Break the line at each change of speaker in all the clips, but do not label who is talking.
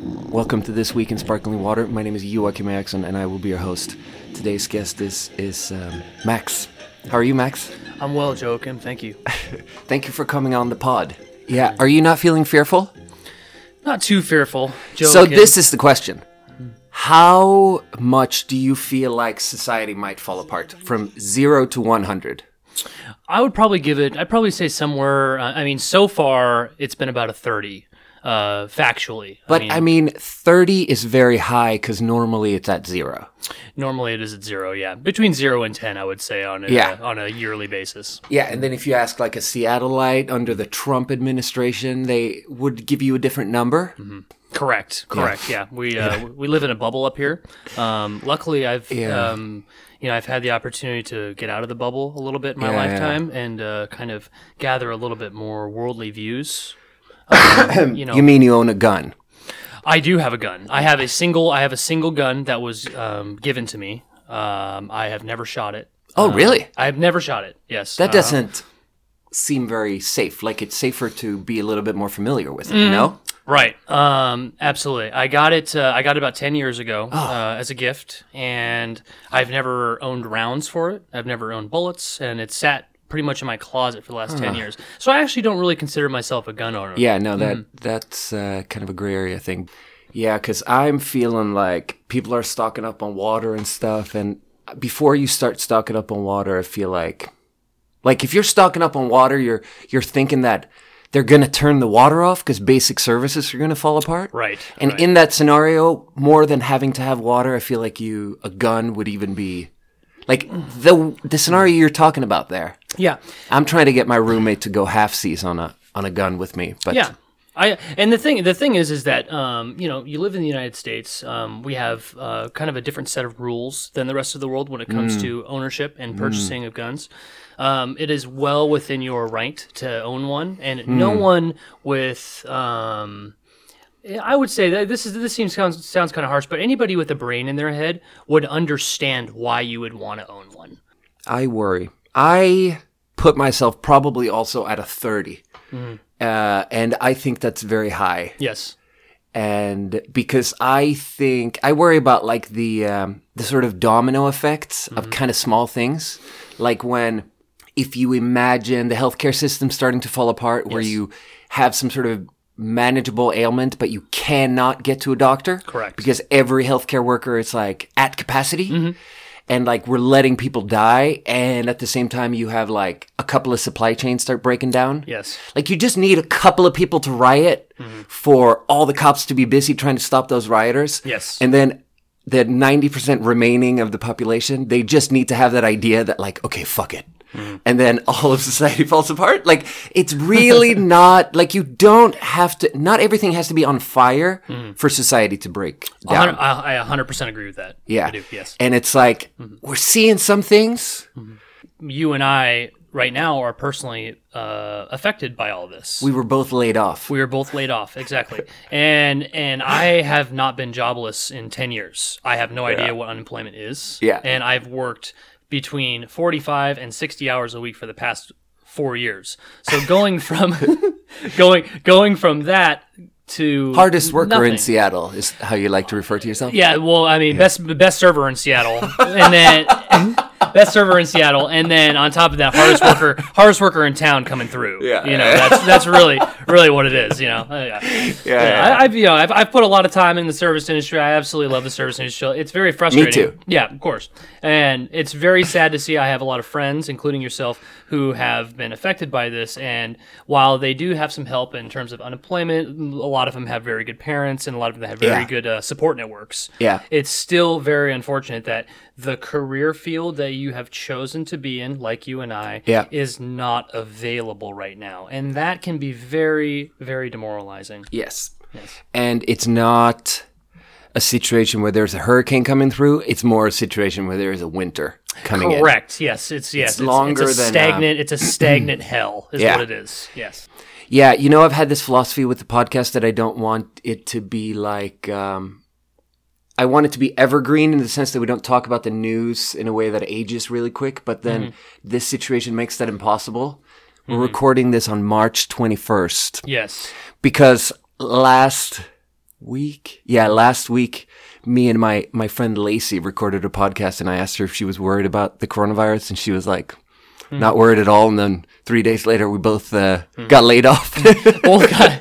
Welcome to This Week in Sparkling Water. My name is Joachim Eriksson and I will be your host. Today's guest is, is um, Max. How are you, Max?
I'm well, Joachim. Thank you.
Thank you for coming on the pod. Yeah, are you not feeling fearful?
Not too fearful. Joachim.
So, this is the question How much do you feel like society might fall apart from zero to 100?
I would probably give it. I'd probably say somewhere. uh, I mean, so far it's been about a thirty, uh, factually.
But
I mean,
I mean, 30 is very high because normally it's at zero.
normally it is at zero. Yeah, between zero and ten, I would say on a,
Yeah.
on a yearly basis.
Yeah, and then if you ask like a Seattleite under the Trump administration, they would give you a different number.
Correct. Correct. Yeah, we uh, we live in a bubble up here. Um, luckily, I've
Yeah.
um, you know I've had the opportunity to get out of the bubble a little bit in my
Yeah, yeah.
lifetime and uh, kind of gather a little bit more worldly views. Um, you know,
You mean you own a gun?
I do have a gun. I have a single. I have a single gun that was um, given to me. Um, I have never shot it.
Oh, really?
I have never shot it. Yes.
That
Uh,
doesn't seem very safe. Like it's safer to be a little bit more familiar with it, you know?
Right. Um, absolutely. I got it. Uh, I got it about ten years ago
Oh.
uh, as a gift, and I've never owned rounds for it. I've never owned bullets, and it sat pretty much in my closet for the last ten years. So I actually don't really consider myself a gun owner.
Yeah, no, that that's uh, kind of a gray area thing. Yeah, because I'm feeling like people are stocking up on water and stuff. And before you start stocking up on water, I feel like, like if you're stocking up on water, you're you're thinking that they're gonna turn the water off because basic services are gonna fall apart.
Right.
And
right.
in that scenario, more than having to have water, I feel like you a gun would even be like the the scenario you're talking about there.
yeah.
I'm trying to get my roommate to go half seas on a on a gun with me, but
Yeah. I, and the thing the thing is is that um, you know you live in the United States um, we have uh, kind of a different set of rules than the rest of the world when it comes to ownership and purchasing of guns. Um, it is well within your right to own one, and no one with um, I would say that this is this seems sounds, sounds kind of harsh, but anybody with a brain in their head would understand why you would want to own one.
I worry. I put myself probably also at a 30.
Mm-hmm.
Uh, and I think that's very high.
Yes.
And because I think I worry about like the um, the sort of domino effects of kind of small things, like when if you imagine the healthcare system starting to fall apart, where you have some sort of manageable ailment, but you cannot get to a doctor,
Correct.
Because every healthcare worker is like at capacity and like we're letting people die and at the same time you have like a couple of supply chains start breaking down
Yes.
like you just need a couple of people to riot
Mm-hmm.
for all the cops to be busy trying to stop those rioters
Yes.
and then the 90% remaining of the population they just need to have that idea that like okay fuck it
Mm-hmm.
and then all of society falls apart like it's really not like you don't have to not everything has to be on fire for society to break
Mm-hmm. A
down
hundred- I I 100% agree with that.
yeah
I do. Yes. Mm-hmm.
and it's like we're seeing some things
you and I right now are personally uh, affected by all this.
we were both laid off
We were both laid off, exactly, and and I have not been jobless in ten years. I have no idea what unemployment is.
Yeah.
and I've worked between forty five and sixty hours a week for the past four years. So going from going going from that to
hardest worker in
nothing.
Seattle is how you like to refer to yourself.
Yeah, well, I mean, best best server in Seattle, and then best server in Seattle, and then on top of that, hardest worker, hardest worker in town coming through.
Yeah.
you know, that's that's really really what it is. You know, Uh, yeah.
yeah,
I, I've you know I've, I've put a lot of time in the service industry. I absolutely love the service industry. It's very frustrating.
too.
Yeah, of course, and it's very sad to see. I have a lot of friends, including yourself, who have been affected by this. And while they do have some help in terms of unemployment, a lot of them have very good parents, and a lot of them have very
Yeah.
good uh, support networks
Yeah.
it's still very unfortunate that the career field that you have chosen to be in, like you and I,
Yeah.
is not available right now. And that can be very, very demoralizing.
Yes. And it's not a situation where there's a hurricane coming through. It's more a situation where there is a winter coming in.
Correct. Yes. It's yes. It's,
longer
it's a
than, uh,
stagnant. it's a stagnant hell. Is
Yeah.
what it is. Yes.
Yeah, you know, I've had this philosophy with the podcast that I don't want it to be like. Um, I want it to be evergreen in the sense that we don't talk about the news in a way that ages really quick, but then this situation makes that impossible. We're recording this on March 21st
Yes.
because last week? Yeah, last week, me and my my friend Lacey recorded a podcast, and I asked her if she was worried about the coronavirus, and she was like,
Hmm.
"Not worried at all." And then three days later, we both uh, got laid off.
Well, God,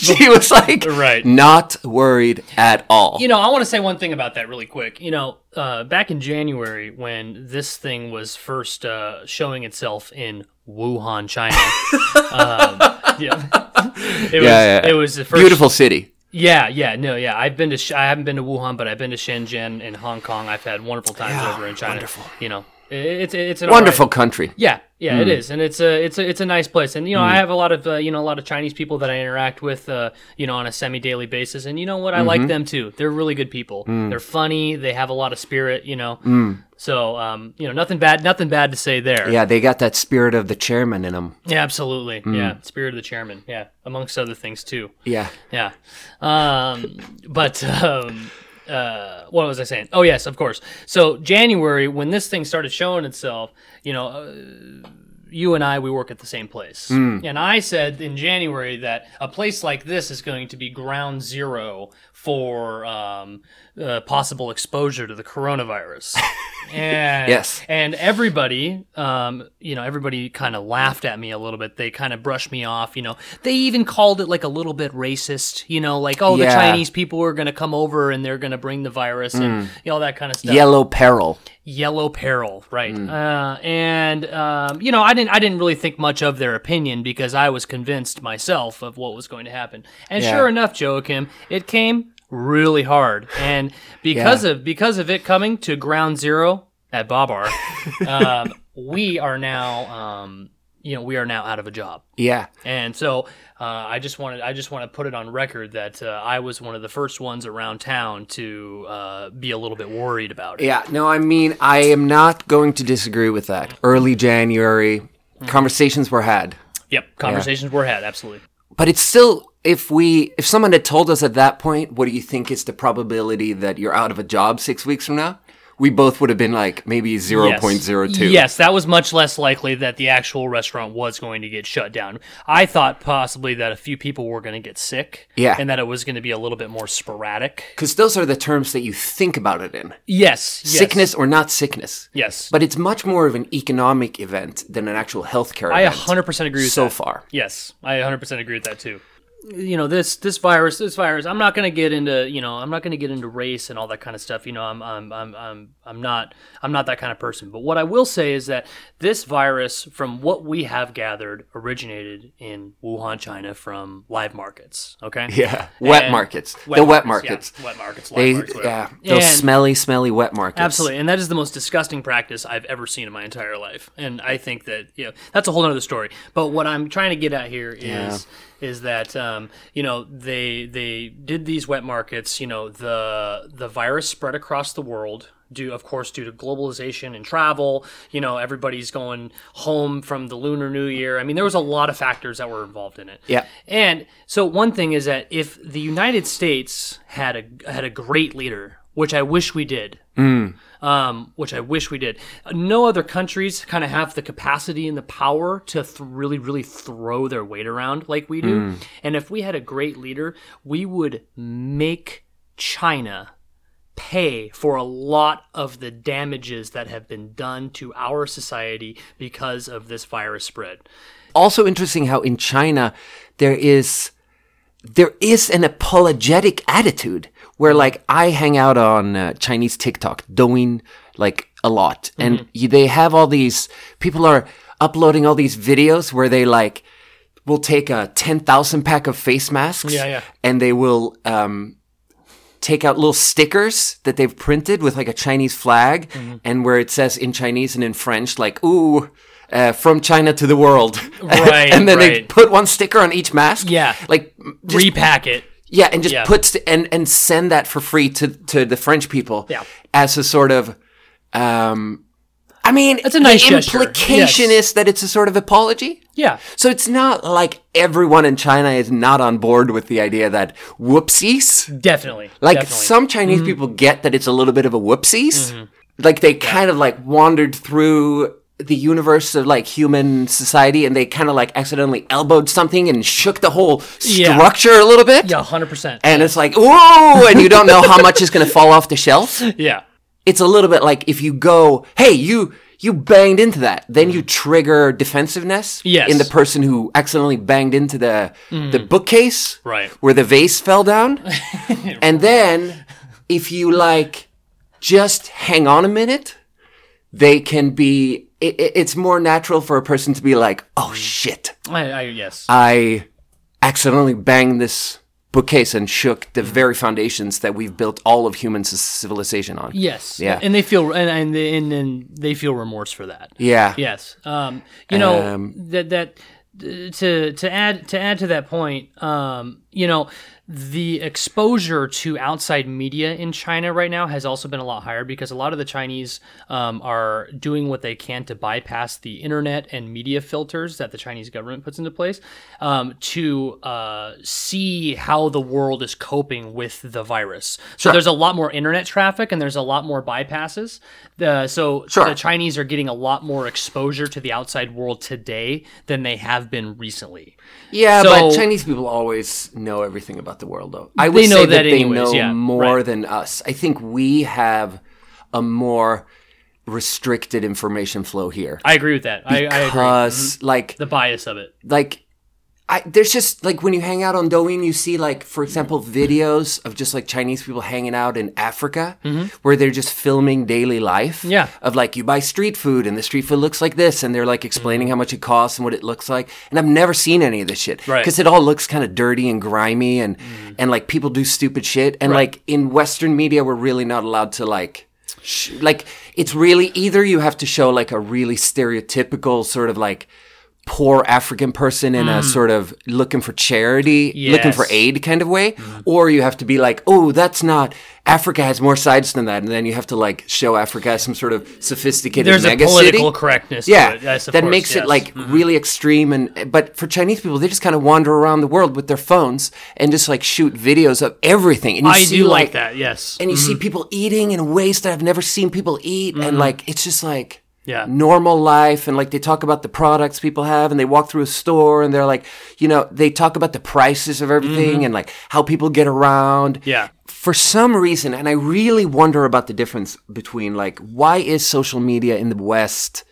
she was like,
Right.
not worried at all."
you know, I want to say one thing about that really quick. You know, uh, back in January when this thing was first uh, showing itself in Wuhan, China. um, yeah. It was,
Yeah, yeah.
it was the first
Beautiful city.
Yeah, yeah, no, yeah. I've been to Sh- I haven't been to Wuhan, but I've been to Shenzhen and Hong Kong. I've had wonderful times
Yeah,
over in China.
wonderful.
You know, it- it's it's an
Wonderful country.
yeah, yeah, it is, and it's a it's a it's a nice place, and you know I have a lot of uh, you know a lot of Chinese people that I interact with, uh, you know, on a semi daily basis, and you know what I like them too. They're really good people. They're funny. They have a lot of spirit. You know, so um, you know nothing bad nothing bad to say there.
Yeah, they got that spirit of the chairman in them.
Yeah, absolutely. Yeah, spirit of the chairman. Yeah, amongst other things too.
Yeah.
Yeah. Um, but um, uh, what was I saying? Oh, yes, of course. So, January, when this thing started showing itself, you know, uh, you and I, we work at the same place.
Hmm.
And I said in January that a place like this is going to be ground zero for um, uh, possible exposure to the coronavirus. and,
Yes.
And everybody, um, you know, everybody kind of laughed at me a little bit. They kind of brushed me off. You know, they even called it like a little bit racist. You know, like oh, the
Yeah.
Chinese people are going to come over and they're going to bring the virus and you know, all that kind of stuff.
Yellow peril.
Yellow peril, right? Uh, and um, you know, I didn't, I didn't really think much of their opinion because I was convinced myself of what was going to happen. And
Yeah.
sure enough, Joachim, it came really hard, and because of because of it coming to ground zero at Babar, um, we are now, um, you know, we are now out of a job.
Yeah.
And so uh, I just wanted I just want to put it on record that uh, I was one of the first ones around town to uh, be a little bit worried about it.
Yeah, no, I mean, I am not going to disagree with that. Early January,
Mm-hmm.
conversations were had.
Yep, conversations were had absolutely.
But it's still, if we, if someone had told us at that point, what do you think is the probability that you're out of a job six weeks from now? We both would have been like maybe 0.02.
Yes, that was much less likely that the actual restaurant was going to get shut down. I thought possibly that a few people were going to get sick.
Yeah.
And that it was going to be a little bit more sporadic.
Because those are the terms that you think about it in
Yes. yes
sickness or not sickness.
Yes.
But it's much more of an economic event than an actual healthcare
I
event.
100% agree with
so
that.
far.
Yes, I 100% agree with that too. You know this this virus this virus. I'm not going to get into you know I'm not going to get into race and all that kind of stuff. You know I'm I'm I'm I'm I'm not I'm not that kind of person. But what I will say is that this virus, from what we have gathered, originated in Wuhan, China, from live markets. Okay.
Yeah. Wet
And-
markets. the wet markets.
yeah, wet markets. Live
They,
markets. whatever.
yeah, those
And-
smelly, smelly wet markets.
Absolutely, and that is the most disgusting practice I've ever seen in my entire life. And I think that you know that's a whole other story. But what I'm trying to get at here is is that um, you know they they did these wet markets. You know the the virus spread across the world. Due, of course, due to globalization and travel, you know everybody's going home from the Lunar New Year. I mean, there was a lot of factors that were involved in it.
Yeah.
And so one thing is that if the United States had a had a great leader, which I wish we did,
Mm.
um, which I wish we did, no other countries kind of have the capacity and the power to th- really really throw their weight around like we
Mm.
do. And if we had a great leader, we would make China pay for a lot of the damages that have been done to our society because of this virus spread.
also interesting how in China there is there is an apologetic attitude where like I hang out on uh, Chinese TikTok doing like a lot
Mm-hmm.
and you, they have all these people are uploading all these videos where they like will take a 10,000 pack of face masks
Yeah, yeah.
and they will um take out little stickers that they've printed with like a Chinese flag
Mm-hmm.
and where it says in Chinese and in French, like, ooh, uh, from China to the world.
Right,
and then they
right.
put one sticker on each mask.
Yeah.
Like, m- just,
Repack it.
yeah, and just
Yeah.
put st- and, and send that for free to, to the French people
Yeah.
as a sort of, um, I mean,
That's a nice
the
gesture.
implication
Yes.
is that it's a sort of apology.
Yeah.
So it's not like everyone in China is not on board with the idea that whoopsies.
Definitely.
Like
definitely.
some
Mm-hmm.
Chinese people get that it's a little bit of a whoopsies. Like they kind of like wandered through the universe of like human society and they kind of like accidentally elbowed something and shook the whole
Yeah.
structure a little bit.
Yeah, hundred percent.
And it's like, whoa, and you don't know how much is going to fall off the shelf.
yeah,
It's a little bit like if you go, hey, you you banged into that, then you trigger defensiveness
Mm. Yes. Mm.
in the person who accidentally banged into the the bookcase
Right.
where the vase fell down. and then if you like just hang on a minute, they can be it, it- it's more natural for a person to be like,
Mm.
"Oh shit.
I, I yes.
Uh, I accidentally banged this bookcase and shook
Mm.
the very foundations that we've built all of human c- civilization on.
Yes.
Yeah.
And they feel and and they, and, and they feel remorse for that.
Yeah.
Yes. Um, you know
Um,
that that to to add to add to that point, um, you know, the exposure to outside media in China right now has also been a lot higher because a lot of the Chinese um, are doing what they can to bypass the internet and media filters that the Chinese government puts into place um, to uh, see how the world is coping with the virus. So there's a lot more internet traffic and there's a lot more bypasses. Uh, so
Sure.
the Chinese are getting a lot more exposure to the outside world today than they have been recently.
Yeah, but
So-
Chinese people always know everything about the world, though. I would
They know
say that,
that
they
anyways,
know
yeah,
more
right.
than us. I think we have a more restricted information flow here
I agree with that. I, I agree. Mm-hmm.
because, like,
The bias of it.
like I, there's just like when you hang out on Douyin, you see like for example videos of just like Chinese people hanging out in Africa, where they're just filming daily life.
Mm-hmm. Yeah.
of like you buy street food and the street food looks like this, and they're like explaining how much it costs and what it looks like. And I've never seen any of this shit
Right.
because it all looks kind of dirty and grimy, and and like people do stupid shit. And like in Western media, we're really not allowed to like. sh- Like it's really either you have to show like a really stereotypical sort of like poor African person in a sort of looking for charity, looking for
Yes. Mm-hmm.
aid kind of way, or you have to be like, oh, that's not. Africa has more sides than that, and then you have to like show Africa as some sort of sophisticated
There's a
mega
political
city.
correctness.
Yeah,
to it, yes, of
that
course,
makes
yes. Mm-hmm.
it like really extreme. And but for Chinese people, they just kind of wander around the world with their phones and just like shoot videos of everything. And you
I
see,
do like that. Yes.
and you see people eating in ways that I've never seen people eat, and like it's just like
Mm-hmm. Yeah.
normal life, and like they talk about the products people have, and they walk through a store, and they're like, you know, they talk about the prices of everything, and like how people get around.
Mm-hmm. Yeah.
For some reason, and I really wonder about the difference between like why is social media in the West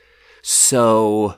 so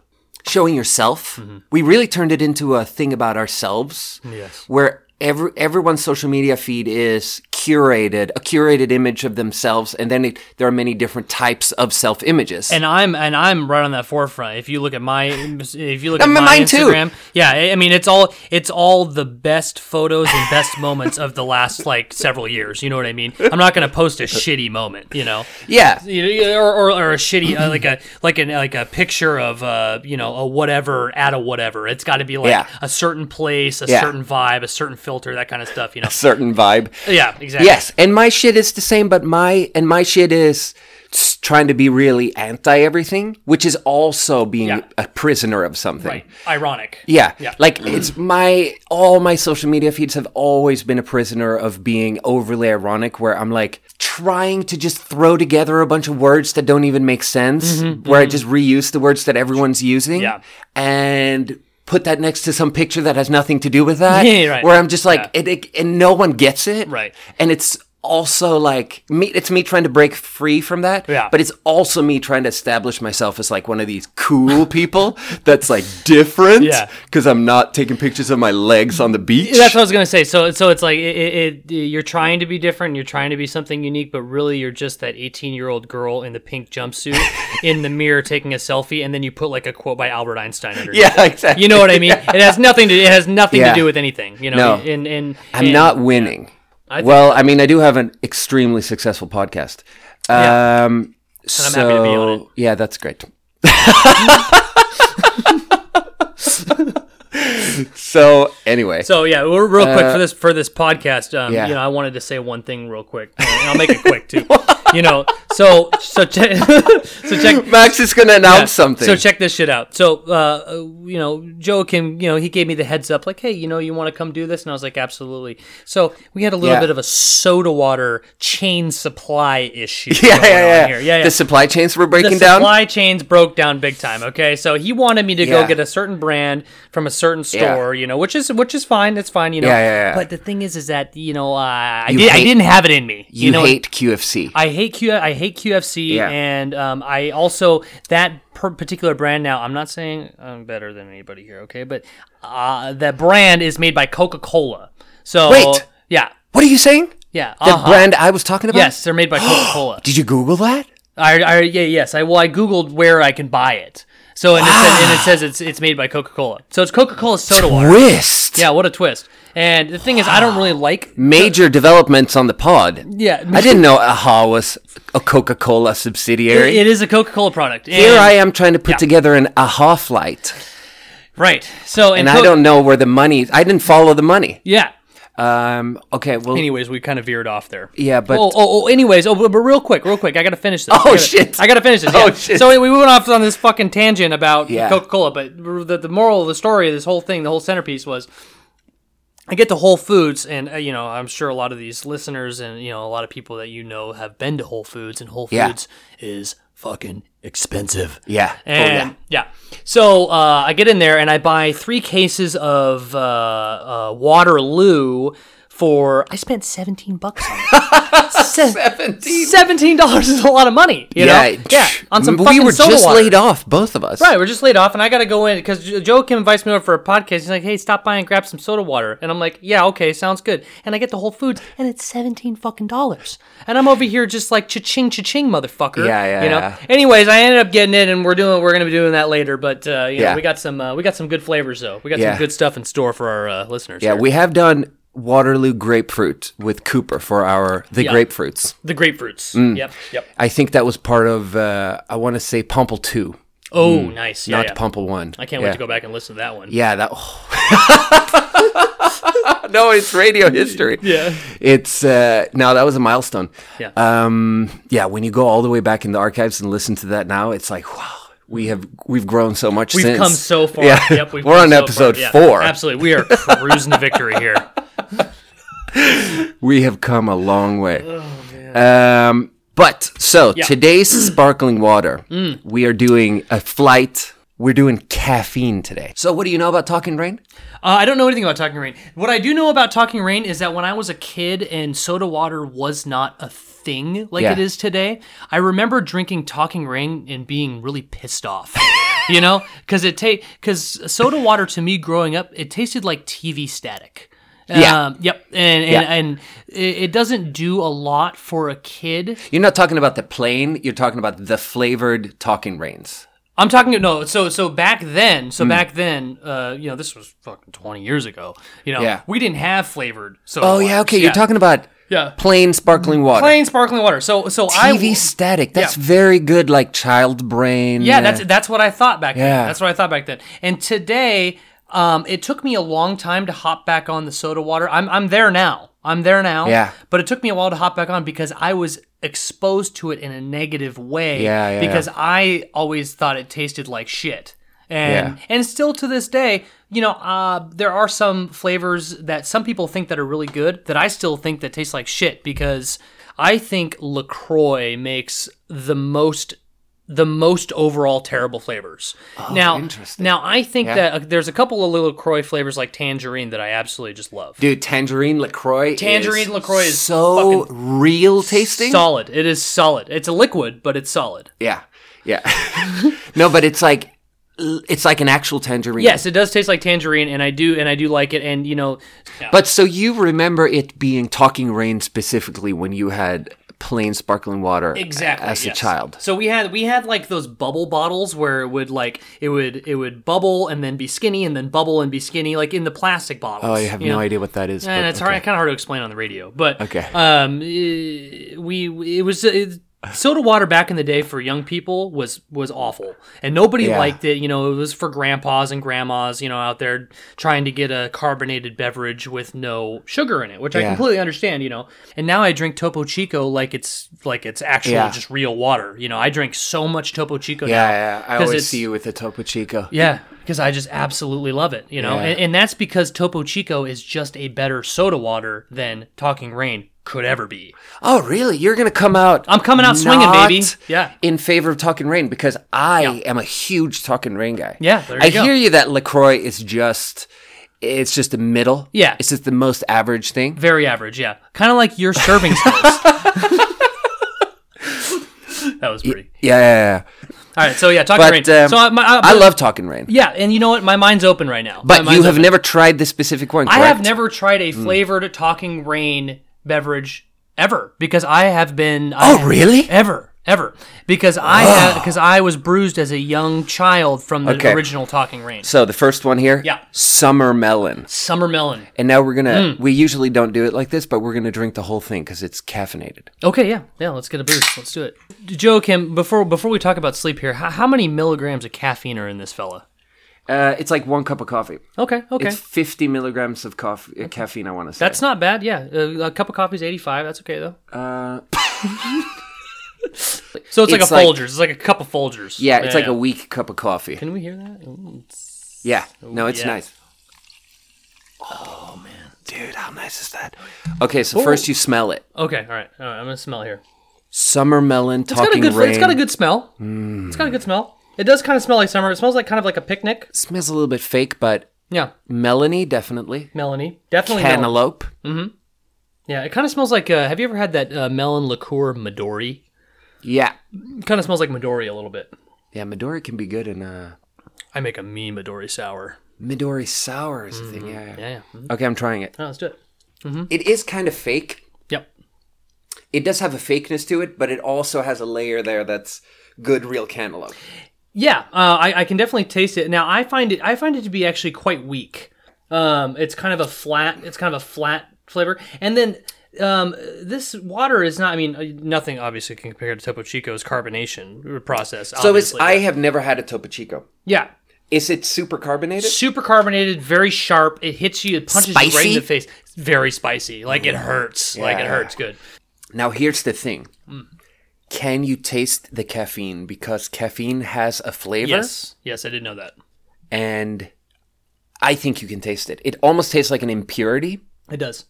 showing yourself?
Mm-hmm.
We really turned it into a thing about ourselves
Yes.
where every everyone's social media feed is curated, a curated image of themselves, and then it, there are many different types of self images.
And I'm and I'm right on that forefront. If you look at my if you look at
I'm-
my
mine too.
Instagram, yeah, I I mean it's all it's all the best photos and best moments of the last like several years. You know what I mean? I'm not gonna post a shitty moment. You know.
yeah,
you know, yeah, or, or, or a shitty uh, like a like an like a picture of uh you know a whatever at a whatever. It's got to be like
Yeah.
a certain place, a
Yeah.
certain vibe, a certain filter, that kind of stuff. You know.
certain vibe.
yeah, exactly.
Yes, and my shit is the same, but my and my shit is s- trying to be really anti everything, which is also being
Yeah.
a prisoner of something.
Right. Ironic.
Yeah.
Yeah.
Like it's my all my social media feeds have always been a prisoner of being overly ironic where I'm like trying to just throw together a bunch of words that don't even make sense where I just reuse the words that everyone's using
Mm-hmm. Yeah.
and put that next to some picture that has nothing to do with that
Yeah, right.
where I'm just like it, it and no one gets it.
Right.
And it's also like me it's me trying to break free from that
Yeah.
but it's also me trying to establish myself as like one of these cool people that's like different
Yeah.
because I'm not taking pictures of my legs on the beach.
That's what I was gonna say. So, so it's like it, it, it, you're trying to be different. You're trying to be something unique, but really you're just that 18 year old girl in the pink jumpsuit in the mirror taking a selfie, and then you put like a quote by Albert Einstein under.
yeah, exactly.
You know what I mean? It has nothing to. It has nothing
Yeah.
to do with anything. You
No.
know. And and
I'm
and-
not winning.
think-
well, I mean, I do have an extremely successful podcast.
Yeah.
Um, so,
I'm happy to be on it.
Yeah, that's great. so anyway,
So yeah, we're real quick for this for this podcast. Um,
uh, yeah.
you know, I wanted to say one thing real quick. And I'll make it quick too. you know, so so check so check
Max is gonna announce something.
So check this shit out. So uh, uh, you know, Joakim, you know, he gave me the heads up, like, hey, you know, you want to come do this, and I was like, absolutely. So we had a little
Yeah.
bit of a soda water chain supply issue.
yeah,
going on
yeah, yeah.
here. yeah, yeah.
The supply chains were
the
breaking down.
supply chains broke down big time. Okay, so he wanted me to
Yeah.
go get a certain brand from a certain
Yeah.
store, you know, which is which is fine. It's fine, you know.
Yeah, yeah, yeah.
But the thing is, is that you know, uh, I,
You
did, I
hate-
didn't have it in me.
you,
know, Uh-huh.
hate QFC.
I hate Q. I hate QFC,
Yeah.
and um, I also that per particular brand. Now, I'm not saying I'm better than anybody here, okay? But uh, that brand is made by Coca Cola. So
Wait.
yeah,
what are you saying?
yeah,
The
uh-huh.
brand I was talking about.
yes, they're made by Coca Cola.
Did you Google that?
I, I, yeah, yes. I well, I googled where I can buy it. So and, it, said,
Ah.
and it says it's it's made by Coca Cola. So it's Coca Cola soda water.
Twist.
Yeah, what a twist! And the thing is, I don't really like.
Major developments on the pod.
Yeah,
I didn't know AHA was a Coca Cola subsidiary.
It is a Coca Cola product. And,
Here I am trying to put together an AHA flight,
Right. So
and
and,
I
Coke-
don't know where the money. I didn't follow the money.
Yeah.
Um. Okay. Well.
Anyways, we kind of veered off there.
Yeah, but-
oh, oh, oh anyways, oh, but but real quick, real quick, I gotta finish this.
Oh,
I gotta-
shit.
I gotta finish this.
Oh,
yeah.
shit.
So we went off on this fucking tangent about
Yeah.
Coca Cola, but the, the moral of the story, of this whole thing, the whole centerpiece was. I get to Whole Foods, and uh, you know, I'm sure a lot of these listeners and you know a lot of people that you know have been to Whole Foods, and Whole
Yeah.
Foods is fucking expensive.
yeah. Oh,
And yeah. So uh, I get in there and I buy three cases of uh, uh, Waterloo for I spent seventeen bucks. on it. Se-
Seventeen.
Seventeen dollars is a lot of money. You
yeah.
know? yeah. On some
we
fucking
were
soda
just
water.
laid off, both of us.
Right, we're just laid off, and I got to go in because Joe Kim invites me over for a podcast. He's like, "Hey, stop by and grab some soda water," and I'm like, "Yeah, okay, sounds good." And I get to Whole Foods, and it's seventeen fucking dollars, and I'm over here just like cha-ching, cha-ching, motherfucker.
Yeah, yeah,
You know.
yeah.
Anyways, I ended up getting it, and we're doing, we're gonna be doing that later. But uh, you
Yeah.
know, we got some, uh, we got some good flavors though. We got
Yeah.
some good stuff in store for our uh, listeners.
Yeah.
here.
We have done Waterloo grapefruit with Cooper for our the grapefruits.
the grapefruits.
Mm.
Yep, yep.
I think that was part of. Uh, I want to say Pumple Two,
Oh, nice. Yeah,
not
yeah.
Pumple One.
I can't wait to go back and listen to that one.
Yeah, that. oh. no, it's radio history.
Yeah.
it's uh, no, that was a milestone.
Yeah.
um, yeah. When you go all the way back in the archives and listen to that now, it's like wow, we have we've grown so much.
We've
since.
come so far.
Yeah,
Yep, we've
we're
come
on
so
episode
far. Yeah,
four.
Absolutely, we are cruising to victory here.
We have come a long way.
Oh,
Um, but so today's sparkling water,
Mm.
we are doing a flight. We're doing caffeine today. So what do you know about Talking Rain?
Uh, I don't know anything about Talking Rain. What I do know about Talking Rain is that when I was a kid and soda water was not a thing like
Yeah.
it is today, I remember drinking Talking Rain and being really pissed off. you know, because it ta- cause soda water to me growing up, it tasted like TV static.
Yeah.
Um, yep. And and,
Yeah.
and it, it doesn't do a lot for a kid.
You're not talking about the plain. You're talking about the flavored Talking Rains.
I'm talking no. So so back then,
Mm.
so back then, uh, you know, this was fucking 20 years ago. You know,
Yeah.
we didn't have flavored soda.
Oh yeah,
waters.
okay. You're talking about
Yeah.
plain sparkling water.
plain sparkling water. So so I
TV static. That's
Yeah.
very good, like child brain. uh,
yeah, that's that's what I thought back
Yeah.
then. That's what I thought back then. And today, um, it took me a long time to hop back on the soda water. I'm I'm there now. I'm there now.
Yeah.
But it took me a while to hop back on because I was exposed to it in a negative way.
Yeah, yeah,
Because I always thought it tasted like shit. And and still to this day, you know, uh, there are some flavors that some people think that are really good that I still think that taste like shit because I think Lacroix makes the most the most overall terrible flavors. now,
Oh, interesting.
now I think that uh, there's a couple of little Croix flavors like tangerine that I absolutely just love.
dude. Tangerine Lacroix.
Tangerine LaCroix is
so real tasting.
Solid. It is solid. It's a liquid, but it's solid.
yeah, yeah. no, but it's like it's like an actual tangerine.
Yes, it does taste like tangerine, and I do and I do like it. And you know,
But so you remember it being Talking Rain specifically when you had plain sparkling water
exactly
as
yes.
a child.
So we had we had like those bubble bottles where it would like it would it would bubble and then be skinny and then bubble and be skinny like in the plastic bottles.
Oh, I have
you
no
know?
idea what that is.
and
but
it's
okay.
hard, kind of hard to explain on the radio. But
Okay.
um, eh, um, we it was it, soda water back in the day for young people was was awful and nobody
Yeah.
liked it you know it was for grandpas and grandmas you know out there trying to get a carbonated beverage with no sugar in it which i
Yeah.
completely understand you know and now i drink topo chico like it's like it's actual
Yeah.
just real water you know i drink so much topo chico now
Yeah, yeah. I always
'Cause it's-
see you with the Topo Chico.
yeah, because I just absolutely love it, you know,
Yeah.
and, and that's because Topo Chico is just a better soda water than Talking Rain could ever be.
Oh, really? You're gonna come out?
I'm coming out swinging,
not
baby. Yeah.
In favor of Talking Rain because I am a huge Talking Rain guy.
Yeah, there you
I
go.
hear you that Lacroix is just, it's just the middle.
Yeah.
it's just the most average thing.
Very average, yeah, kind of like your serving size. that was pretty.
Yeah, yeah, yeah.
All right, so yeah, Talking
But,
Rain.
um,
so I, my, I,
I love Talking Rain.
yeah, and you know what? My mind's open right now.
But
My
you
mind's
have
open.
never tried this specific one. Correct? Mm.
I have never tried a flavored Talking Rain beverage ever because I have been. I
Oh,
have-
really?
ever ever because i because i was bruised as a young child from the
Okay.
original talking rain
So the first one here.
Yeah. Mm.
Summer melon.
summer melon
And now we're gonna. We usually don't do it like this, but we're gonna drink the whole thing because it's caffeinated.
okay yeah yeah let's get a boost let's do it joe kim before before we talk about sleep here how, how many milligrams of caffeine are in this fella
Uh, it's like one cup of coffee.
okay okay
It's 50 milligrams of coffee, uh, caffeine, I want to say.
that's not bad yeah Uh, a, a cup of coffee is 85 that's okay though
Uh,
so it's, like a
It's like-
folgers it's like a cup of folgers
yeah, it's like a weak cup of coffee.
can we hear that Ooh, it's-
Yeah. No, it's
yeah.
nice. Oh, man. Dude, how nice is that? Okay, so first you smell it.
okay all right all right i'm gonna smell here
Summer melon,
it's got a
talking
good fl-
rain.
it's got a good smell it's got a good smell it does kind of smell like summer it smells like kind of like a picnic
Smells a little bit fake, but
yeah
melony, definitely.
Melanie. Definitely melon.
Cantaloupe.
Yeah, it kind of smells like. Uh, have you ever had that uh, melon liqueur Midori?
Yeah.
It kind of smells like Midori a little bit.
Yeah, Midori can be good in uh,
I make a mean Midori sour.
Midori sour is the thing. Yeah, yeah.
Yeah, yeah. Mhm.
Okay, I'm trying it.
No, let's do it. Mm-hmm.
It is kind of fake.
Yep.
It does have a fakeness to it, but it also has a layer there that's good, real cantaloupe.
Yeah, uh, I, I can definitely taste it. Now I find it. I find it to be actually quite weak. Um, it's kind of a flat. It's kind of a flat flavor, and then. Um, this water is not. I mean, uh, nothing obviously can compare to Topo Chico's carbonation process.
So it's,
obviously.
I have never had a Topo Chico.
yeah,
Is it super carbonated?
super carbonated, very sharp. It hits you, it punches you right in
Spicy?
the face. It's very spicy. Like it hurts. Like it
Yeah.
hurts good.
Now here's the thing.
Hmm.
Can you taste the caffeine because caffeine has a flavor
Yes. Yes, I did know that.
and I think you can taste it. It almost tastes like an impurity.
It does.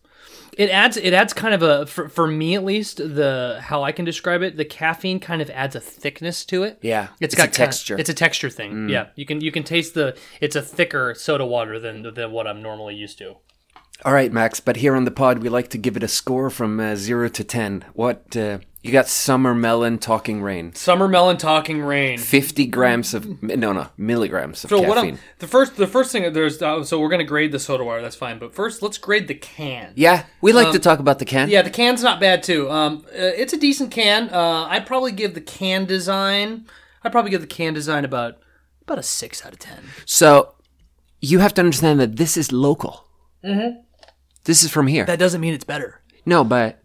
It adds it adds kind of a for, for me at least the how I can describe it, the caffeine kind of adds a thickness to it.
Yeah. It's
got
a texture. Mm.
Kinda, it's a texture thing. Yeah. You can you can taste the it's a thicker soda water than than what I'm normally used to.
All right, Max, but here on the pod we like to give it a score from uh, 0 to 10. What uh, you got summer melon talking rain.
Summer melon talking rain.
50 grams of no no, milligrams of
So what
caffeine.
I'm, the first the first thing that there's uh, so we're gonna grade the soda water that's fine but first let's grade the can
yeah, we like to talk about the can.
Um, Yeah, the can's not bad too. Um, uh, it's a decent can. Uh, I'd probably give the can design. I'd probably give the can design about about a six out of ten.
So you have to understand that this is local. Mm-hmm. This is from here.
That doesn't mean it's better.
No, but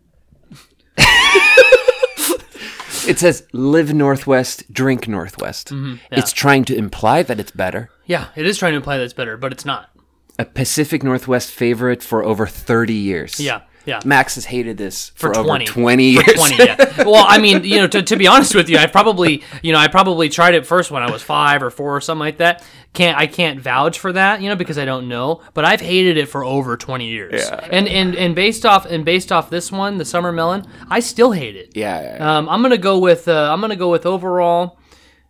it says live Northwest, drink Northwest. It's trying to imply that it's better.
Yeah, it is trying to imply that it's better, but it's not.
A Pacific Northwest favorite for over 30 years.
Yeah, yeah.
Max has hated this for, over 20,
For
years.
20, yeah. Well, I mean, you know, to, to be honest with you, I probably, you know, I probably tried it first when I was five or four or something like that. Can't I can't vouch for that, you know, because I don't know. But I've hated it for over twenty years.
Yeah.
And and and based off and based off this one, the summer melon, I still hate it.
yeah, yeah, yeah.
Um, I'm gonna go with uh, I'm gonna go with overall.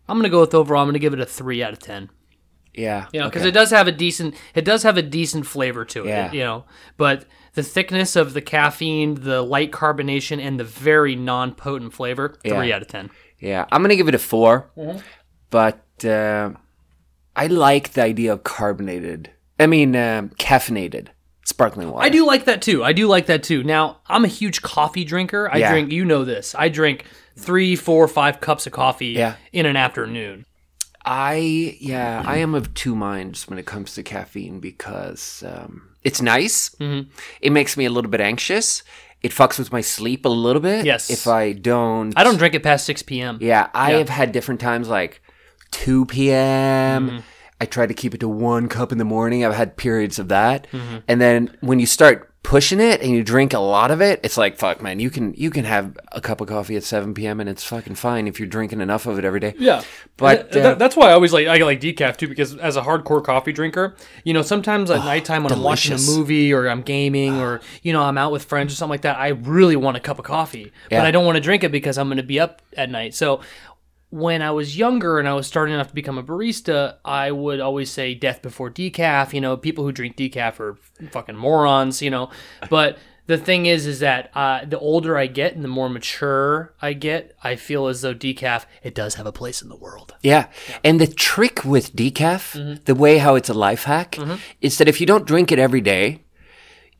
I'm gonna go with overall. I'm gonna give it a three out of ten.
yeah.
You know, because
Okay.
it does have a decent it does have a decent flavor to it.
Yeah.
You know, but the thickness of the caffeine, the light carbonation, and the very non potent flavor, three
Yeah.
out of ten.
Yeah, I'm gonna give it a 4 but uh, I like the idea of carbonated. I mean, um, caffeinated sparkling water.
I do like that too. I do like that too. Now I'm a huge coffee drinker. I
Yeah.
drink. You know this. I drink three, four, five cups of coffee
Yeah.
in an afternoon.
I yeah, I am of two minds when it comes to
Mm-hmm.
caffeine because um, it's nice. It makes me a little bit anxious. it fucks with my sleep a little bit.
Yes.
If I don't,
I don't drink it past 6 p.m.
Yeah, I
Yeah.
have had different times like 2 p.m.
Mm-hmm.
I tried to keep it to one cup in the morning. I've had periods of that.
Mm-hmm.
And then when you start pushing it and you drink a lot of it, it's like fuck man, you can you can have a cup of coffee at 7 p.m. and it's fucking fine if you're drinking enough of it every day.
Yeah,
But,
Th-
uh,
that- that's why I always like I like decaf too because as a hardcore coffee drinker, you know, sometimes at nighttime when I'm
delicious.
watching a movie or I'm gaming or you know I'm out with friends or something like that, I really want a cup of coffee,
Yeah.
but I don't want to drink it because I'm going to be up at night. So when I was younger and I was starting off to become a barista, I would always say death before decaf. You know, people who drink decaf are fucking morons, you know. But the thing is, is that uh, the older I get and the more mature I get, I feel as though decaf, it does have a place in the world.
Yeah. And the trick with decaf,
Mm-hmm.
the way how it's a life hack, is that if you don't drink it every day,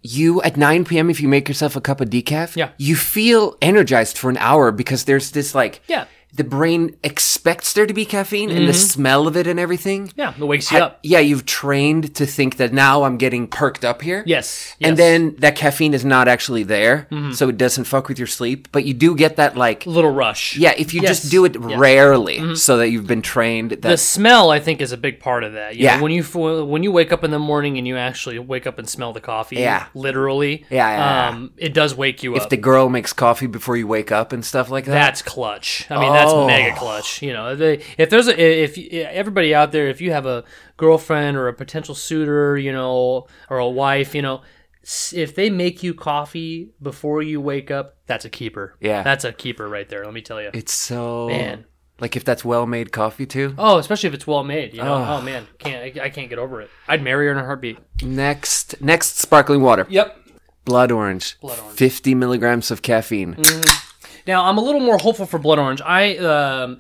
you at 9 p.m. if you make yourself a cup of decaf,
Yeah.
you feel energized for an hour because there's this like
Yeah. Mm-hmm.
the brain expects there to be caffeine and the smell of it and everything.
Yeah, it wakes you
Ha-
up.
yeah, you've trained to think that now I'm getting perked up here.
Yes. yes. Mm-hmm.
And then that caffeine is not actually there, so it doesn't fuck with your sleep, but you do get that like
little rush.
yeah, if you
Yes.
just do it
Yeah. Mm-hmm.
rarely so that you've been trained that
the smell I think is a big part of that. You
Yeah.
know, when you f- when you wake up in the morning and you actually wake up and smell the coffee,
Yeah.
literally,
Yeah, yeah, yeah.
um, it does wake you
if
up.
the girl makes coffee before you wake up and stuff like that.
that's clutch. I mean, that's
Oh.
mega clutch. You know, they, if there's a if if everybody out there, if you have a girlfriend or a potential suitor, you know, or a wife, you know, s- if they make you coffee before you wake up, that's a keeper.
Yeah.
that's a keeper right there. Let me tell you.
it's so
Man.
like if that's well made coffee too.
Oh, especially if it's well made. You know,
Ugh.
oh man, can't I, I can't get over it. I'd marry her in a heartbeat.
Next next sparkling water.
Yep.
Blood orange.
Blood orange. Mm.
Fifty milligrams of caffeine.
Now I'm a little more hopeful for blood orange. I um,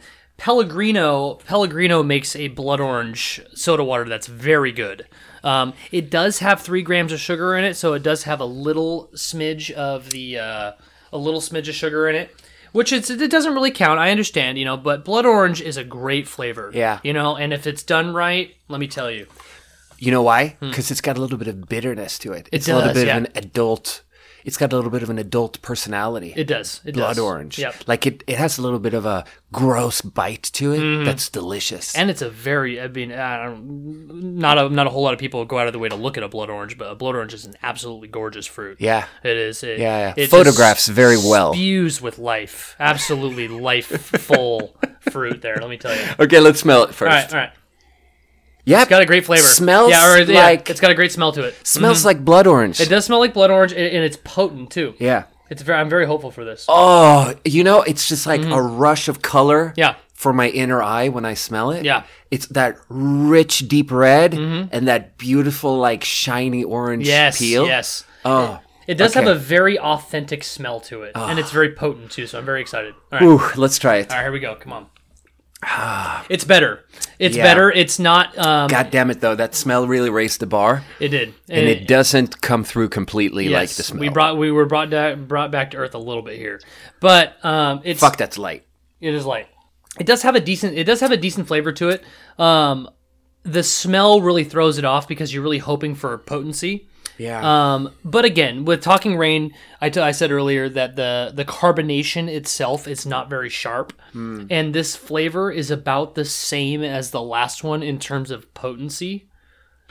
Pellegrino Pellegrino makes a blood orange soda water that's very good. Um, it does have three grams of sugar in it, so it does have a little smidge of the uh, a little smidge of sugar in it, which it's, it doesn't really count. I understand, you know, but blood orange is a great flavor.
Yeah.
you know, and if it's done right, let me tell you,
You know why? Because it's got a little bit of bitterness to it. It's a
Hmm. does,
little bit
yeah.
of an adult it's got a little bit of an adult personality.
it does. It
blood
does.
orange.
Yep.
Like it, it has a little bit of a gross bite to it that's delicious.
Mm-hmm. And it's a very, I mean, I don't, not a not a whole lot of people go out of the way to look at a blood orange, but a blood orange is an absolutely gorgeous fruit.
yeah.
it is. It,
Yeah, yeah.
it just
Photographs very well.
Spews with life, absolutely life-full fruit. There, let me tell you.
Okay, let's smell it first.
All right, all right.
Yeah.
It's got a great flavor.
Smells
yeah, or, yeah,
like
it's got a great smell to it.
smells like blood orange.
Mm-hmm. It does smell like blood orange, and, and it's potent too.
yeah.
It's very. I'm very hopeful for this.
Oh, you know, it's just like a rush of color.
Mm-hmm. Yeah.
For my inner eye when I smell it.
Yeah. Mm-hmm.
It's that rich deep red and that beautiful like shiny orange
yes,
peel.
yes.
Oh.
It does
Okay. Ah.
have a very authentic smell to it, and it's very potent too. So I'm very excited. All right.
Ooh, let's try it.
All right, here we go. Come on. it's better. It's
Yeah.
better. It's not. Um,
God damn it though, that smell really raised the bar.
it did.
And it doesn't come through completely like
yes,
the smell.
We brought. We were brought down, brought back to earth a little bit here, but um, it's
Fuck that's light.
it is light. It does have a decent. It does have a decent flavor to it. Um, the smell really throws it off because you're really hoping for potency.
Yeah.
Um, but again, with Talking Rain, I, t- I said earlier that the the carbonation itself is not very sharp,
Hmm.
and this flavor is about the same as the last one in terms of potency.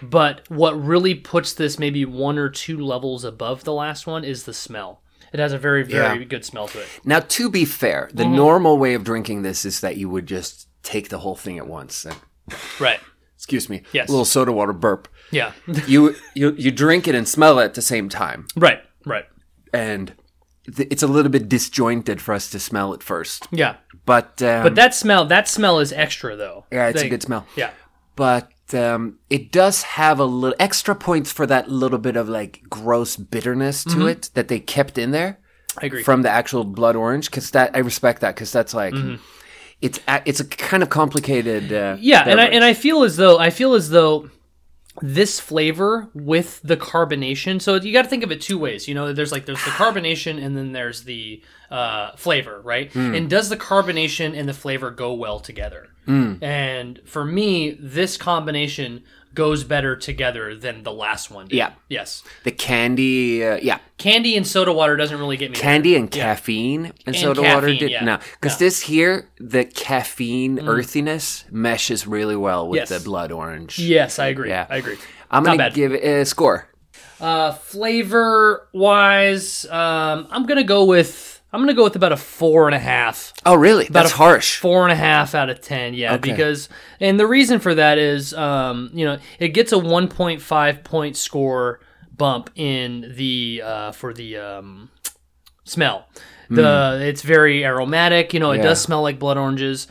But what really puts this maybe one or two levels above the last one is the smell. It has a very very
Yeah.
good smell to it.
Now, to be fair, the
Mm-hmm.
normal way of drinking this is that you would just take the whole thing at once. And,
Right.
excuse me,
Yes.
little soda water burp.
Yeah.
You you you drink it and smell it at the same time,
right. Right.
and th- it's a little bit disjointed for us to smell it first.
Yeah.
But um,
But that smell that smell is extra though.
yeah, it's
They-
a good smell.
Yeah.
But um, it does have a little extra points for that little bit of like gross bitterness to
Mm-hmm.
it that they kept in there.
I agree.
from the actual blood orange because that I respect that because that's like it's a, it's a kind of complicated uh,
Mm-hmm. Yeah, and I
beverage.
and I feel as though I feel as though this flavor with the carbonation. So you got to think of it two ways. You know, there's like there's the carbonation and then there's the uh, flavor, right?
Hmm.
And does the
Hmm.
carbonation and the flavor go well together? And for me, this combination goes better together than the last one. did.
Yeah.
Yes.
The candy, uh, yeah,
Candy and soda water doesn't really get me. there.
candy and caffeine and, soda water
caffeine,
did
yeah.
no because
No.
this here the caffeine earthiness meshes really well with
Yes.
the blood orange.
Yes, I agree.
Yeah.
I agree.
I'm
Not
gonna
bad.
give it a score.
Uh, flavor wise, um, I'm gonna go with I'm gonna go with about a four and a half.
Oh, really? That's
a
harsh.
Four and a half out of ten, yeah. Because and the reason for that is, um, you know, it gets a one point five point score bump in the uh, for the um, smell. The it's very aromatic. You know, it
Hmm. Yeah.
does smell like blood oranges.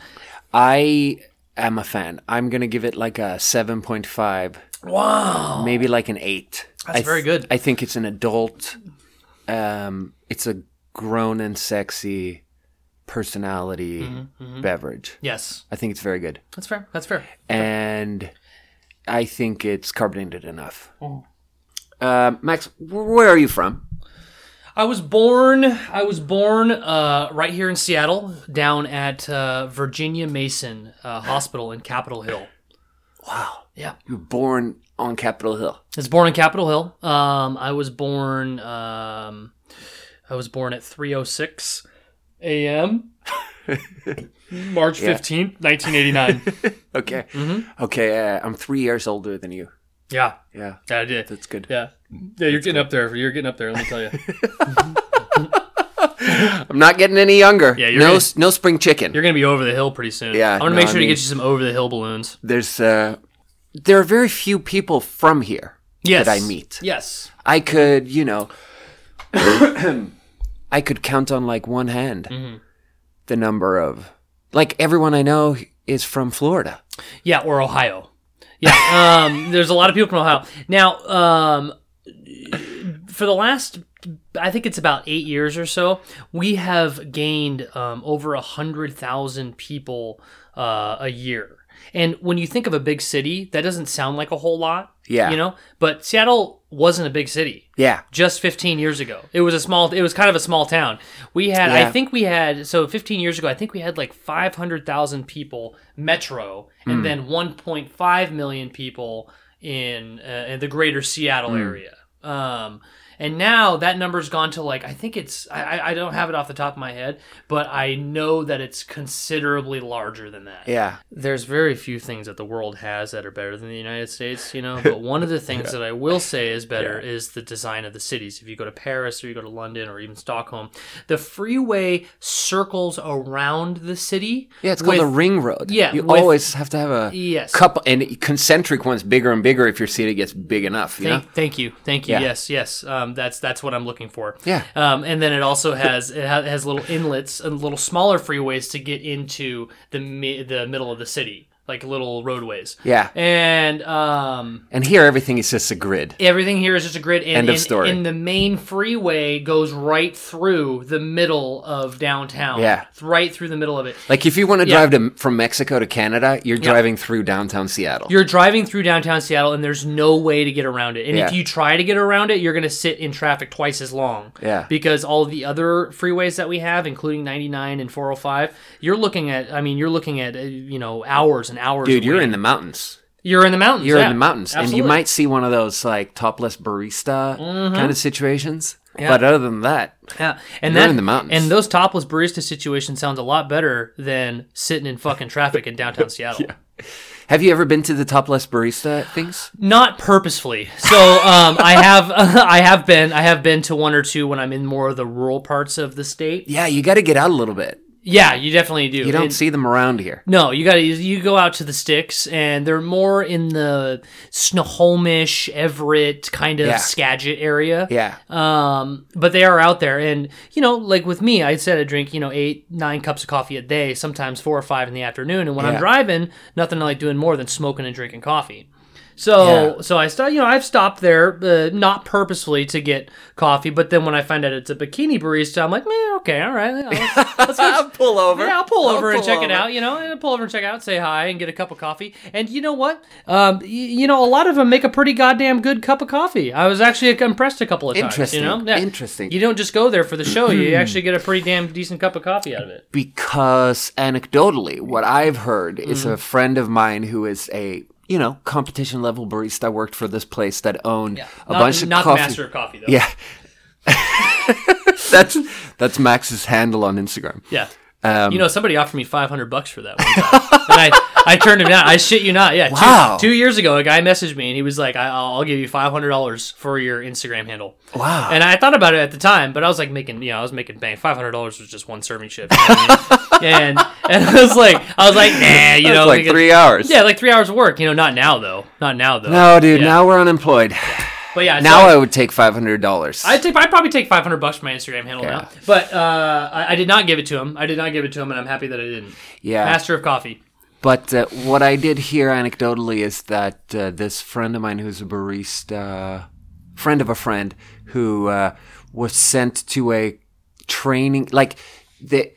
I am a fan. I'm gonna give it like a seven point five,
Wow.
maybe like an eight. That's
Oh. very good.
I think it's an adult. Um, it's a grown and sexy personality
Mm-hmm,
beverage.
Yes,
I think it's very good.
that's fair. That's fair.
and I think it's carbonated enough.
Mm.
Uh, Max, wh- where are you from?
I was born. I was born uh, right here in Seattle, down at uh, Virginia Mason uh, Hospital in Capitol Hill.
Wow,
Yeah,
you were born on Capitol Hill.
I was born in Capitol Hill. Um, I was born. Um, I was born at three o six a.m. March fifteenth, nineteen eighty nine.
Okay,
Mm-hmm.
okay, uh, I'm three years older than you.
Yeah,
Yeah,
I did.
that's good.
Yeah, yeah, you're getting up there. You're getting up there. Let me tell you,
I'm not getting any younger.
Yeah, you're
no,
gonna-
s- no spring chicken.
you're gonna be over the hill pretty soon.
Yeah,
I'm gonna
no,
make
I
sure
mean-
to get you some over the hill balloons.
There's uh, there are very few people from here
Yes,
that I meet.
Yes,
I could, you know, I could count on like one hand
Mm-hmm.
the number of like everyone I know is from Florida.
Yeah, or Ohio. Yeah, um, there's a lot of people from Ohio. Now, um, for the last, I think it's about eight years or so, we have gained um, over a hundred thousand people uh, a year. And when you think of a big city, that doesn't sound like a whole lot.
Yeah.
you know, but Seattle wasn't a big city
Yeah.
just 15 years ago. It was a small. It was kind of a small town. We had,
Yeah.
I think we had. So 15 years ago, I think we had like 500,000 people metro, and then 1.5 million people in uh, in the greater Seattle area. Um, and now that number's gone to like I think it's I, I- I don't have it off the top of my head, but I know that it's considerably larger than that
Yeah.
there's very few things that the world has that are better than the United States, you know. But one of the things that I will say is better is the design of the cities. If you go to Paris or you go to London or even Stockholm, the freeway circles around the city.
Yeah, it's called
with-
a ring road.
yeah,
you
with-
always have to have a
Yes.
couple, and concentric ones bigger and bigger if your city gets big enough. You
Thank,
know?
thank you, thank you.
Yeah.
Yes, yes. Um, that's that's what I'm looking for.
Yeah.
Um, and then it also has it ha- has little inlets and little smaller freeways to get into the mi- the middle of the city, like little roadways.
Yeah.
And um,
And here everything is just a grid.
Everything here is just a grid. And,
End of
and-
story.
And the main freeway goes right through the middle of downtown.
Yeah.
Right through the middle of it.
Like if you want to drive to, from Mexico to Canada, you're driving through downtown Seattle.
You're driving through downtown Seattle, and there's no way to get around it. And if
Yeah.
you try to get around it, you're going to sit in traffic twice as long.
Yeah.
Because all the other freeways that we have, including 99 and 405, you're looking at, I mean, you're looking at, uh, you know, hours and hours.
Dude, you're
away.
in the mountains.
You're in the mountains.
You're
yeah.
in the mountains, and you
Absolutely. Mm-hmm.
might see one of those like topless barista kind of situations. But other than that,
Yeah, and
You're
that,
in the mountains.
And those topless barista situations sounds a lot better than sitting in fucking traffic in downtown Seattle.
have you ever been to the topless barista things?
Not purposefully. So um, I have, I have been, I have been to one or two when I'm in more of the rural parts of the state.
Yeah, you got to get out a little bit.
Yeah, you definitely do.
You don't
And-
see them around here.
No, you got to you go out to the sticks, and they're more in the Snohomish, Everett kind of
Yeah.
Skagit area.
Yeah.
Um, but they are out there, and you know, like with me, I said I drink you know eight, nine cups of coffee a day, sometimes four or five in the afternoon, and when
Yeah.
I'm driving, nothing I like doing more than smoking and drinking coffee. So, so I start, you know, I've stopped there, uh, not purposefully to get coffee, but then when I find out it's a bikini barista, I'm like, meh, okay, all right, yeah, let's- let's go
pull over.
yeah, I'll pull over and
pull
check
over.
it out. You know, and I'll pull over and check it out, say hi, and get a cup of coffee. And you know what? Um, y- you know, a lot of them make a pretty goddamn good cup of coffee. I was actually impressed a couple of times.
Interesting.
You know,
Interesting.
You don't just go there for the show. you actually get a pretty damn decent cup of coffee out of it. Mm-hmm.
because anecdotally, what I've heard is a friend of mine who is a you know, competition level barista worked for this place that owned a
not,
bunch of
not
coffee.
master of coffee though.
Yeah. that's that's Max's handle on Instagram.
Yeah.
Um,
you know, somebody offered me 500 bucks for that one time. and I, I turned him down. I shit you not. Yeah. two-
Wow.
Two, years ago, a guy messaged me and he was like, I, I'll I'll give you $500 for your Instagram handle.
Wow.
And I thought about it at the time, but I was like making, you know, I was making bang. $500 was just one serving shift. you know what I mean? and, and I was like, I was like, nah,
That's
you know,
like
because-
three hours.
Yeah, like three hours of work. You know, not now though. Not now though.
No, dude,
Yeah.
now we're unemployed.
But yeah, so
Now I would take five hundred dollars.
I take. I probably take five hundred bucks for my Instagram handle
Yeah.
now. But uh, I, I did not give it to him. I did not give it to him, and I'm happy that I didn't.
Yeah.
Master of coffee.
But uh, what I did hear anecdotally is that uh, this friend of mine who's a barista, friend of a friend, who uh, was sent to a training, like, the,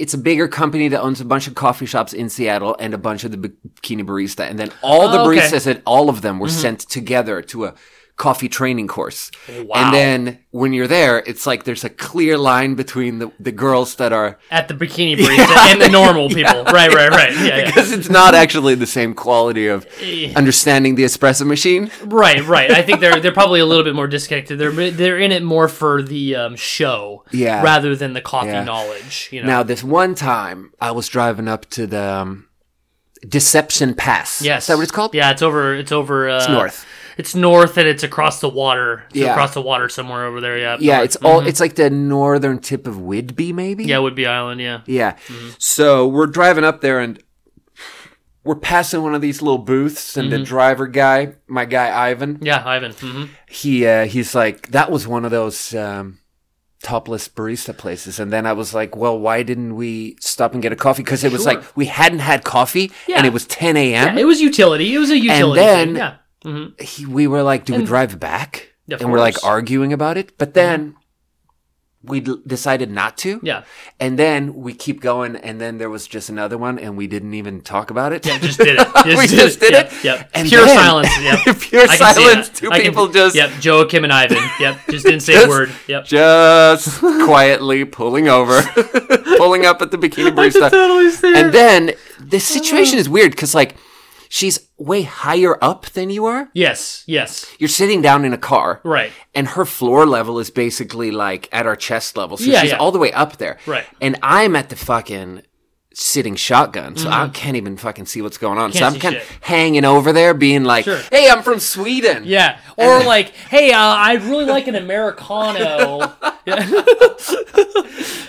it's a bigger company that owns a bunch of coffee shops in Seattle and a bunch of the bikini barista. And then all the
Oh, okay. Mm-hmm.
baristas at all of them were sent together to a coffee training course.
Wow.
And then when you're there, it's like there's a clear line between the, the girls that are
at the bikini barista and the normal people. right, right, right. Yeah, yeah.
because it's not actually the same quality of
Eh.
understanding the espresso machine.
right, right. I think they're they're probably a little bit more disconnected. They're they're in it more for the um, show,
Yeah.
rather than the coffee
Yeah.
knowledge. You know.
Now, this one time, I was driving up to the um, Deception Pass.
yes.
is that what it's called?
Yeah, it's over. It's over. Uh, it's
north.
It's north, and it's across the water. So
Yeah.
across the water somewhere over there. Yeah.
yeah. It's
Mm-hmm.
all. It's like the northern tip of Whidbey, maybe.
yeah, Woodby Island. Yeah.
Yeah.
Mm-hmm.
So we're driving up there and we're passing one of these little booths, and
Mm-hmm.
the driver guy, my guy Ivan,
Yeah, Ivan. hmm
he uh, he's like that was one of those um, topless barista places and then i was like well why didn't we stop and get a coffee because it was
Sure.
like we hadn't had coffee
Yeah.
and it was 10 a.m
Yeah, it was utility. It was a utility.
then-
thing. yeah. Mm-hmm,
He- we were like do we drive back
Of
and we're like
course. Mm-hmm.
arguing about it but then we d- decided not to
Yeah.
and then we keep going and then there was just another one and we didn't even talk about it
Yeah, just did it. Just
we just did
Yep,
it
Yep.
And
Pure
then-
silence. Yep.
pure
I can see
silence
that.
two
I can-
people just
Yep. Joachim and Ivan. Yep. Just didn't say a
Just-
word. Yep.
just quietly pulling over, pulling up at the bikini barista.
totally see Oh.
And then the situation is weird because, like, she's way higher up than you are.
Yes. Yes.
You're sitting down in a car.
Right.
And her floor level is basically like at our chest level. So
Yeah,
she's
yeah.
all the way up there.
Right.
And I'm at the fucking sitting shotgun. So I can't even fucking see what's going on. so I'm
Mm-hmm. Can't see
kind
shit.
of hanging over there being like,
Sure.
hey, I'm from Sweden.
Yeah. Or like, hey, uh, I'd really like an americano. Yeah.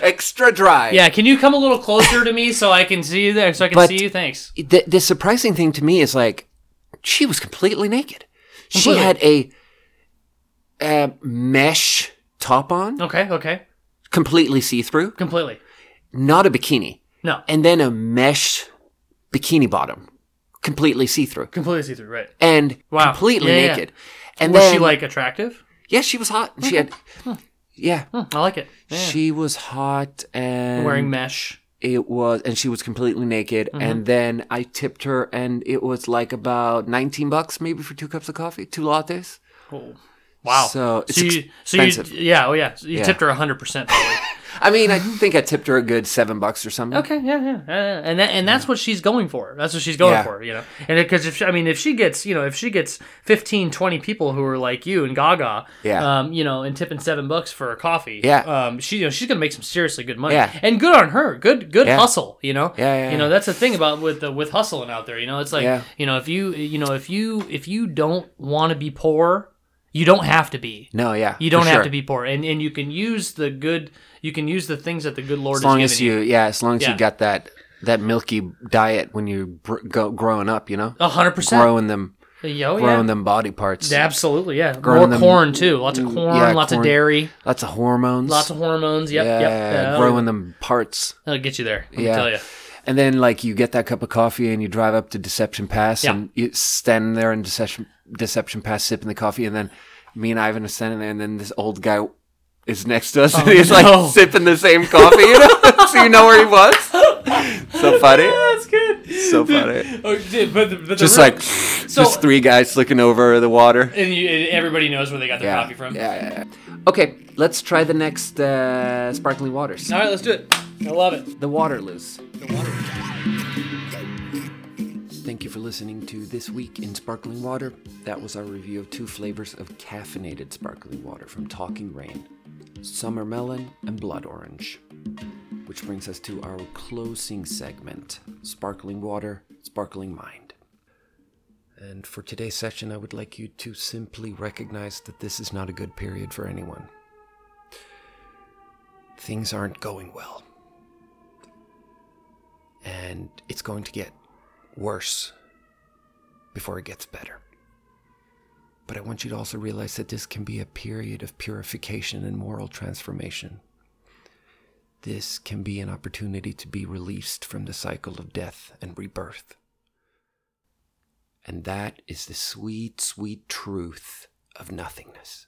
Extra dry.
yeah. Can you come a little closer to me so I can see you there? So I can
But-
see you. Thanks.
the, the surprising thing to me is like she was completely naked. She
Completely.
had a, uh mesh top on,
Okay. Okay.
completely see through,
Completely.
not a bikini,
No.
and then a mesh bikini bottom, completely see through,
Completely see through. Right.
and
Wow.
completely
Yeah, yeah,
naked. And
Was
then,
she like attractive?
yeah, she was hot. She had, yeah,
Hmm, I like it. Yeah.
she was hot and
Wearing mesh.
it was, and she was completely naked.
Mm-hmm.
And then I tipped her, and it was like about 19 bucks maybe for two cups of coffee, two lattes.
Oh, Wow.
So, it's
you, so you,
expensive.
yeah, oh yeah, so you
Yeah.
tipped her hundred percent.
I mean, I think I tipped her a good seven bucks or something.
Okay, yeah, yeah, yeah, and that, and that's what she's going for. That's what she's going
Yeah.
for, you know. And because if she, I mean, if she gets, you know, if she gets 15, 20 people who are like you and Gaga,
Yeah.
um, you know, and tipping seven bucks for a coffee,
Yeah.
um, she, you know, she's gonna make some seriously good money.
Yeah.
and good on her. Good, good
Yeah.
hustle, you know.
Yeah, yeah,
you know,
yeah.
that's the thing about with the, with hustling out there. You know, it's like
Yeah.
you know if you you know if you if you don't want to be poor, you don't have to be.
No, yeah,
You don't
for
have
sure.
to be poor, and and you can use the good. You can use the things that the good Lord
As long
has
as
given you.
you, yeah, as long as
Yeah.
you got that that milky diet when you br- go growing up, you know,
A hundred percent.
growing them,
Yo,
growing
Oh, yeah.
them body parts.
Absolutely, yeah.
Growing
More
them-
corn too. Lots of corn,
yeah,
lots
corn.
of dairy,
Lots of hormones.
lots of hormones. Yep,
yeah,
yep. Oh, that'll-
growing them parts.
That'll get you there. Let me
Yeah.
tell you.
And then, like, you get that cup of coffee and you drive up to Deception Pass
Yeah.
and you stand there in Deception, Deception Pass sipping the coffee. And then me and Ivan are standing there, and then this old guy is next to us and he's
Oh, no.
like sipping the same coffee, you know? so you know where he was. so funny.
That's good.
So funny.
Oh, dude, but the, but the
Just
real-
like, just three guys looking over the water.
and, you, and everybody knows where they got their
Yeah.
coffee from.
Yeah, yeah, yeah. Okay, let's try the next uh, sparkling waters.
All right, let's do it. I love it.
The Waterloos. Thank you for listening. listening to This Week in Sparkling Water. That was our review of two flavors of caffeinated sparkling water from Talking Rain Summer Melon and Blood Orange. Which brings us to our closing segment Sparkling Water, Sparkling Mind. And for today's session, I would like you to simply recognize that this is not a good period for anyone. Things aren't going well and it's going to get worse before it gets better. But I want you to also realize that this can be a period of purification and moral transformation. This can be an opportunity to be released from the cycle of death and rebirth. And that is the sweet, sweet truth of nothingness.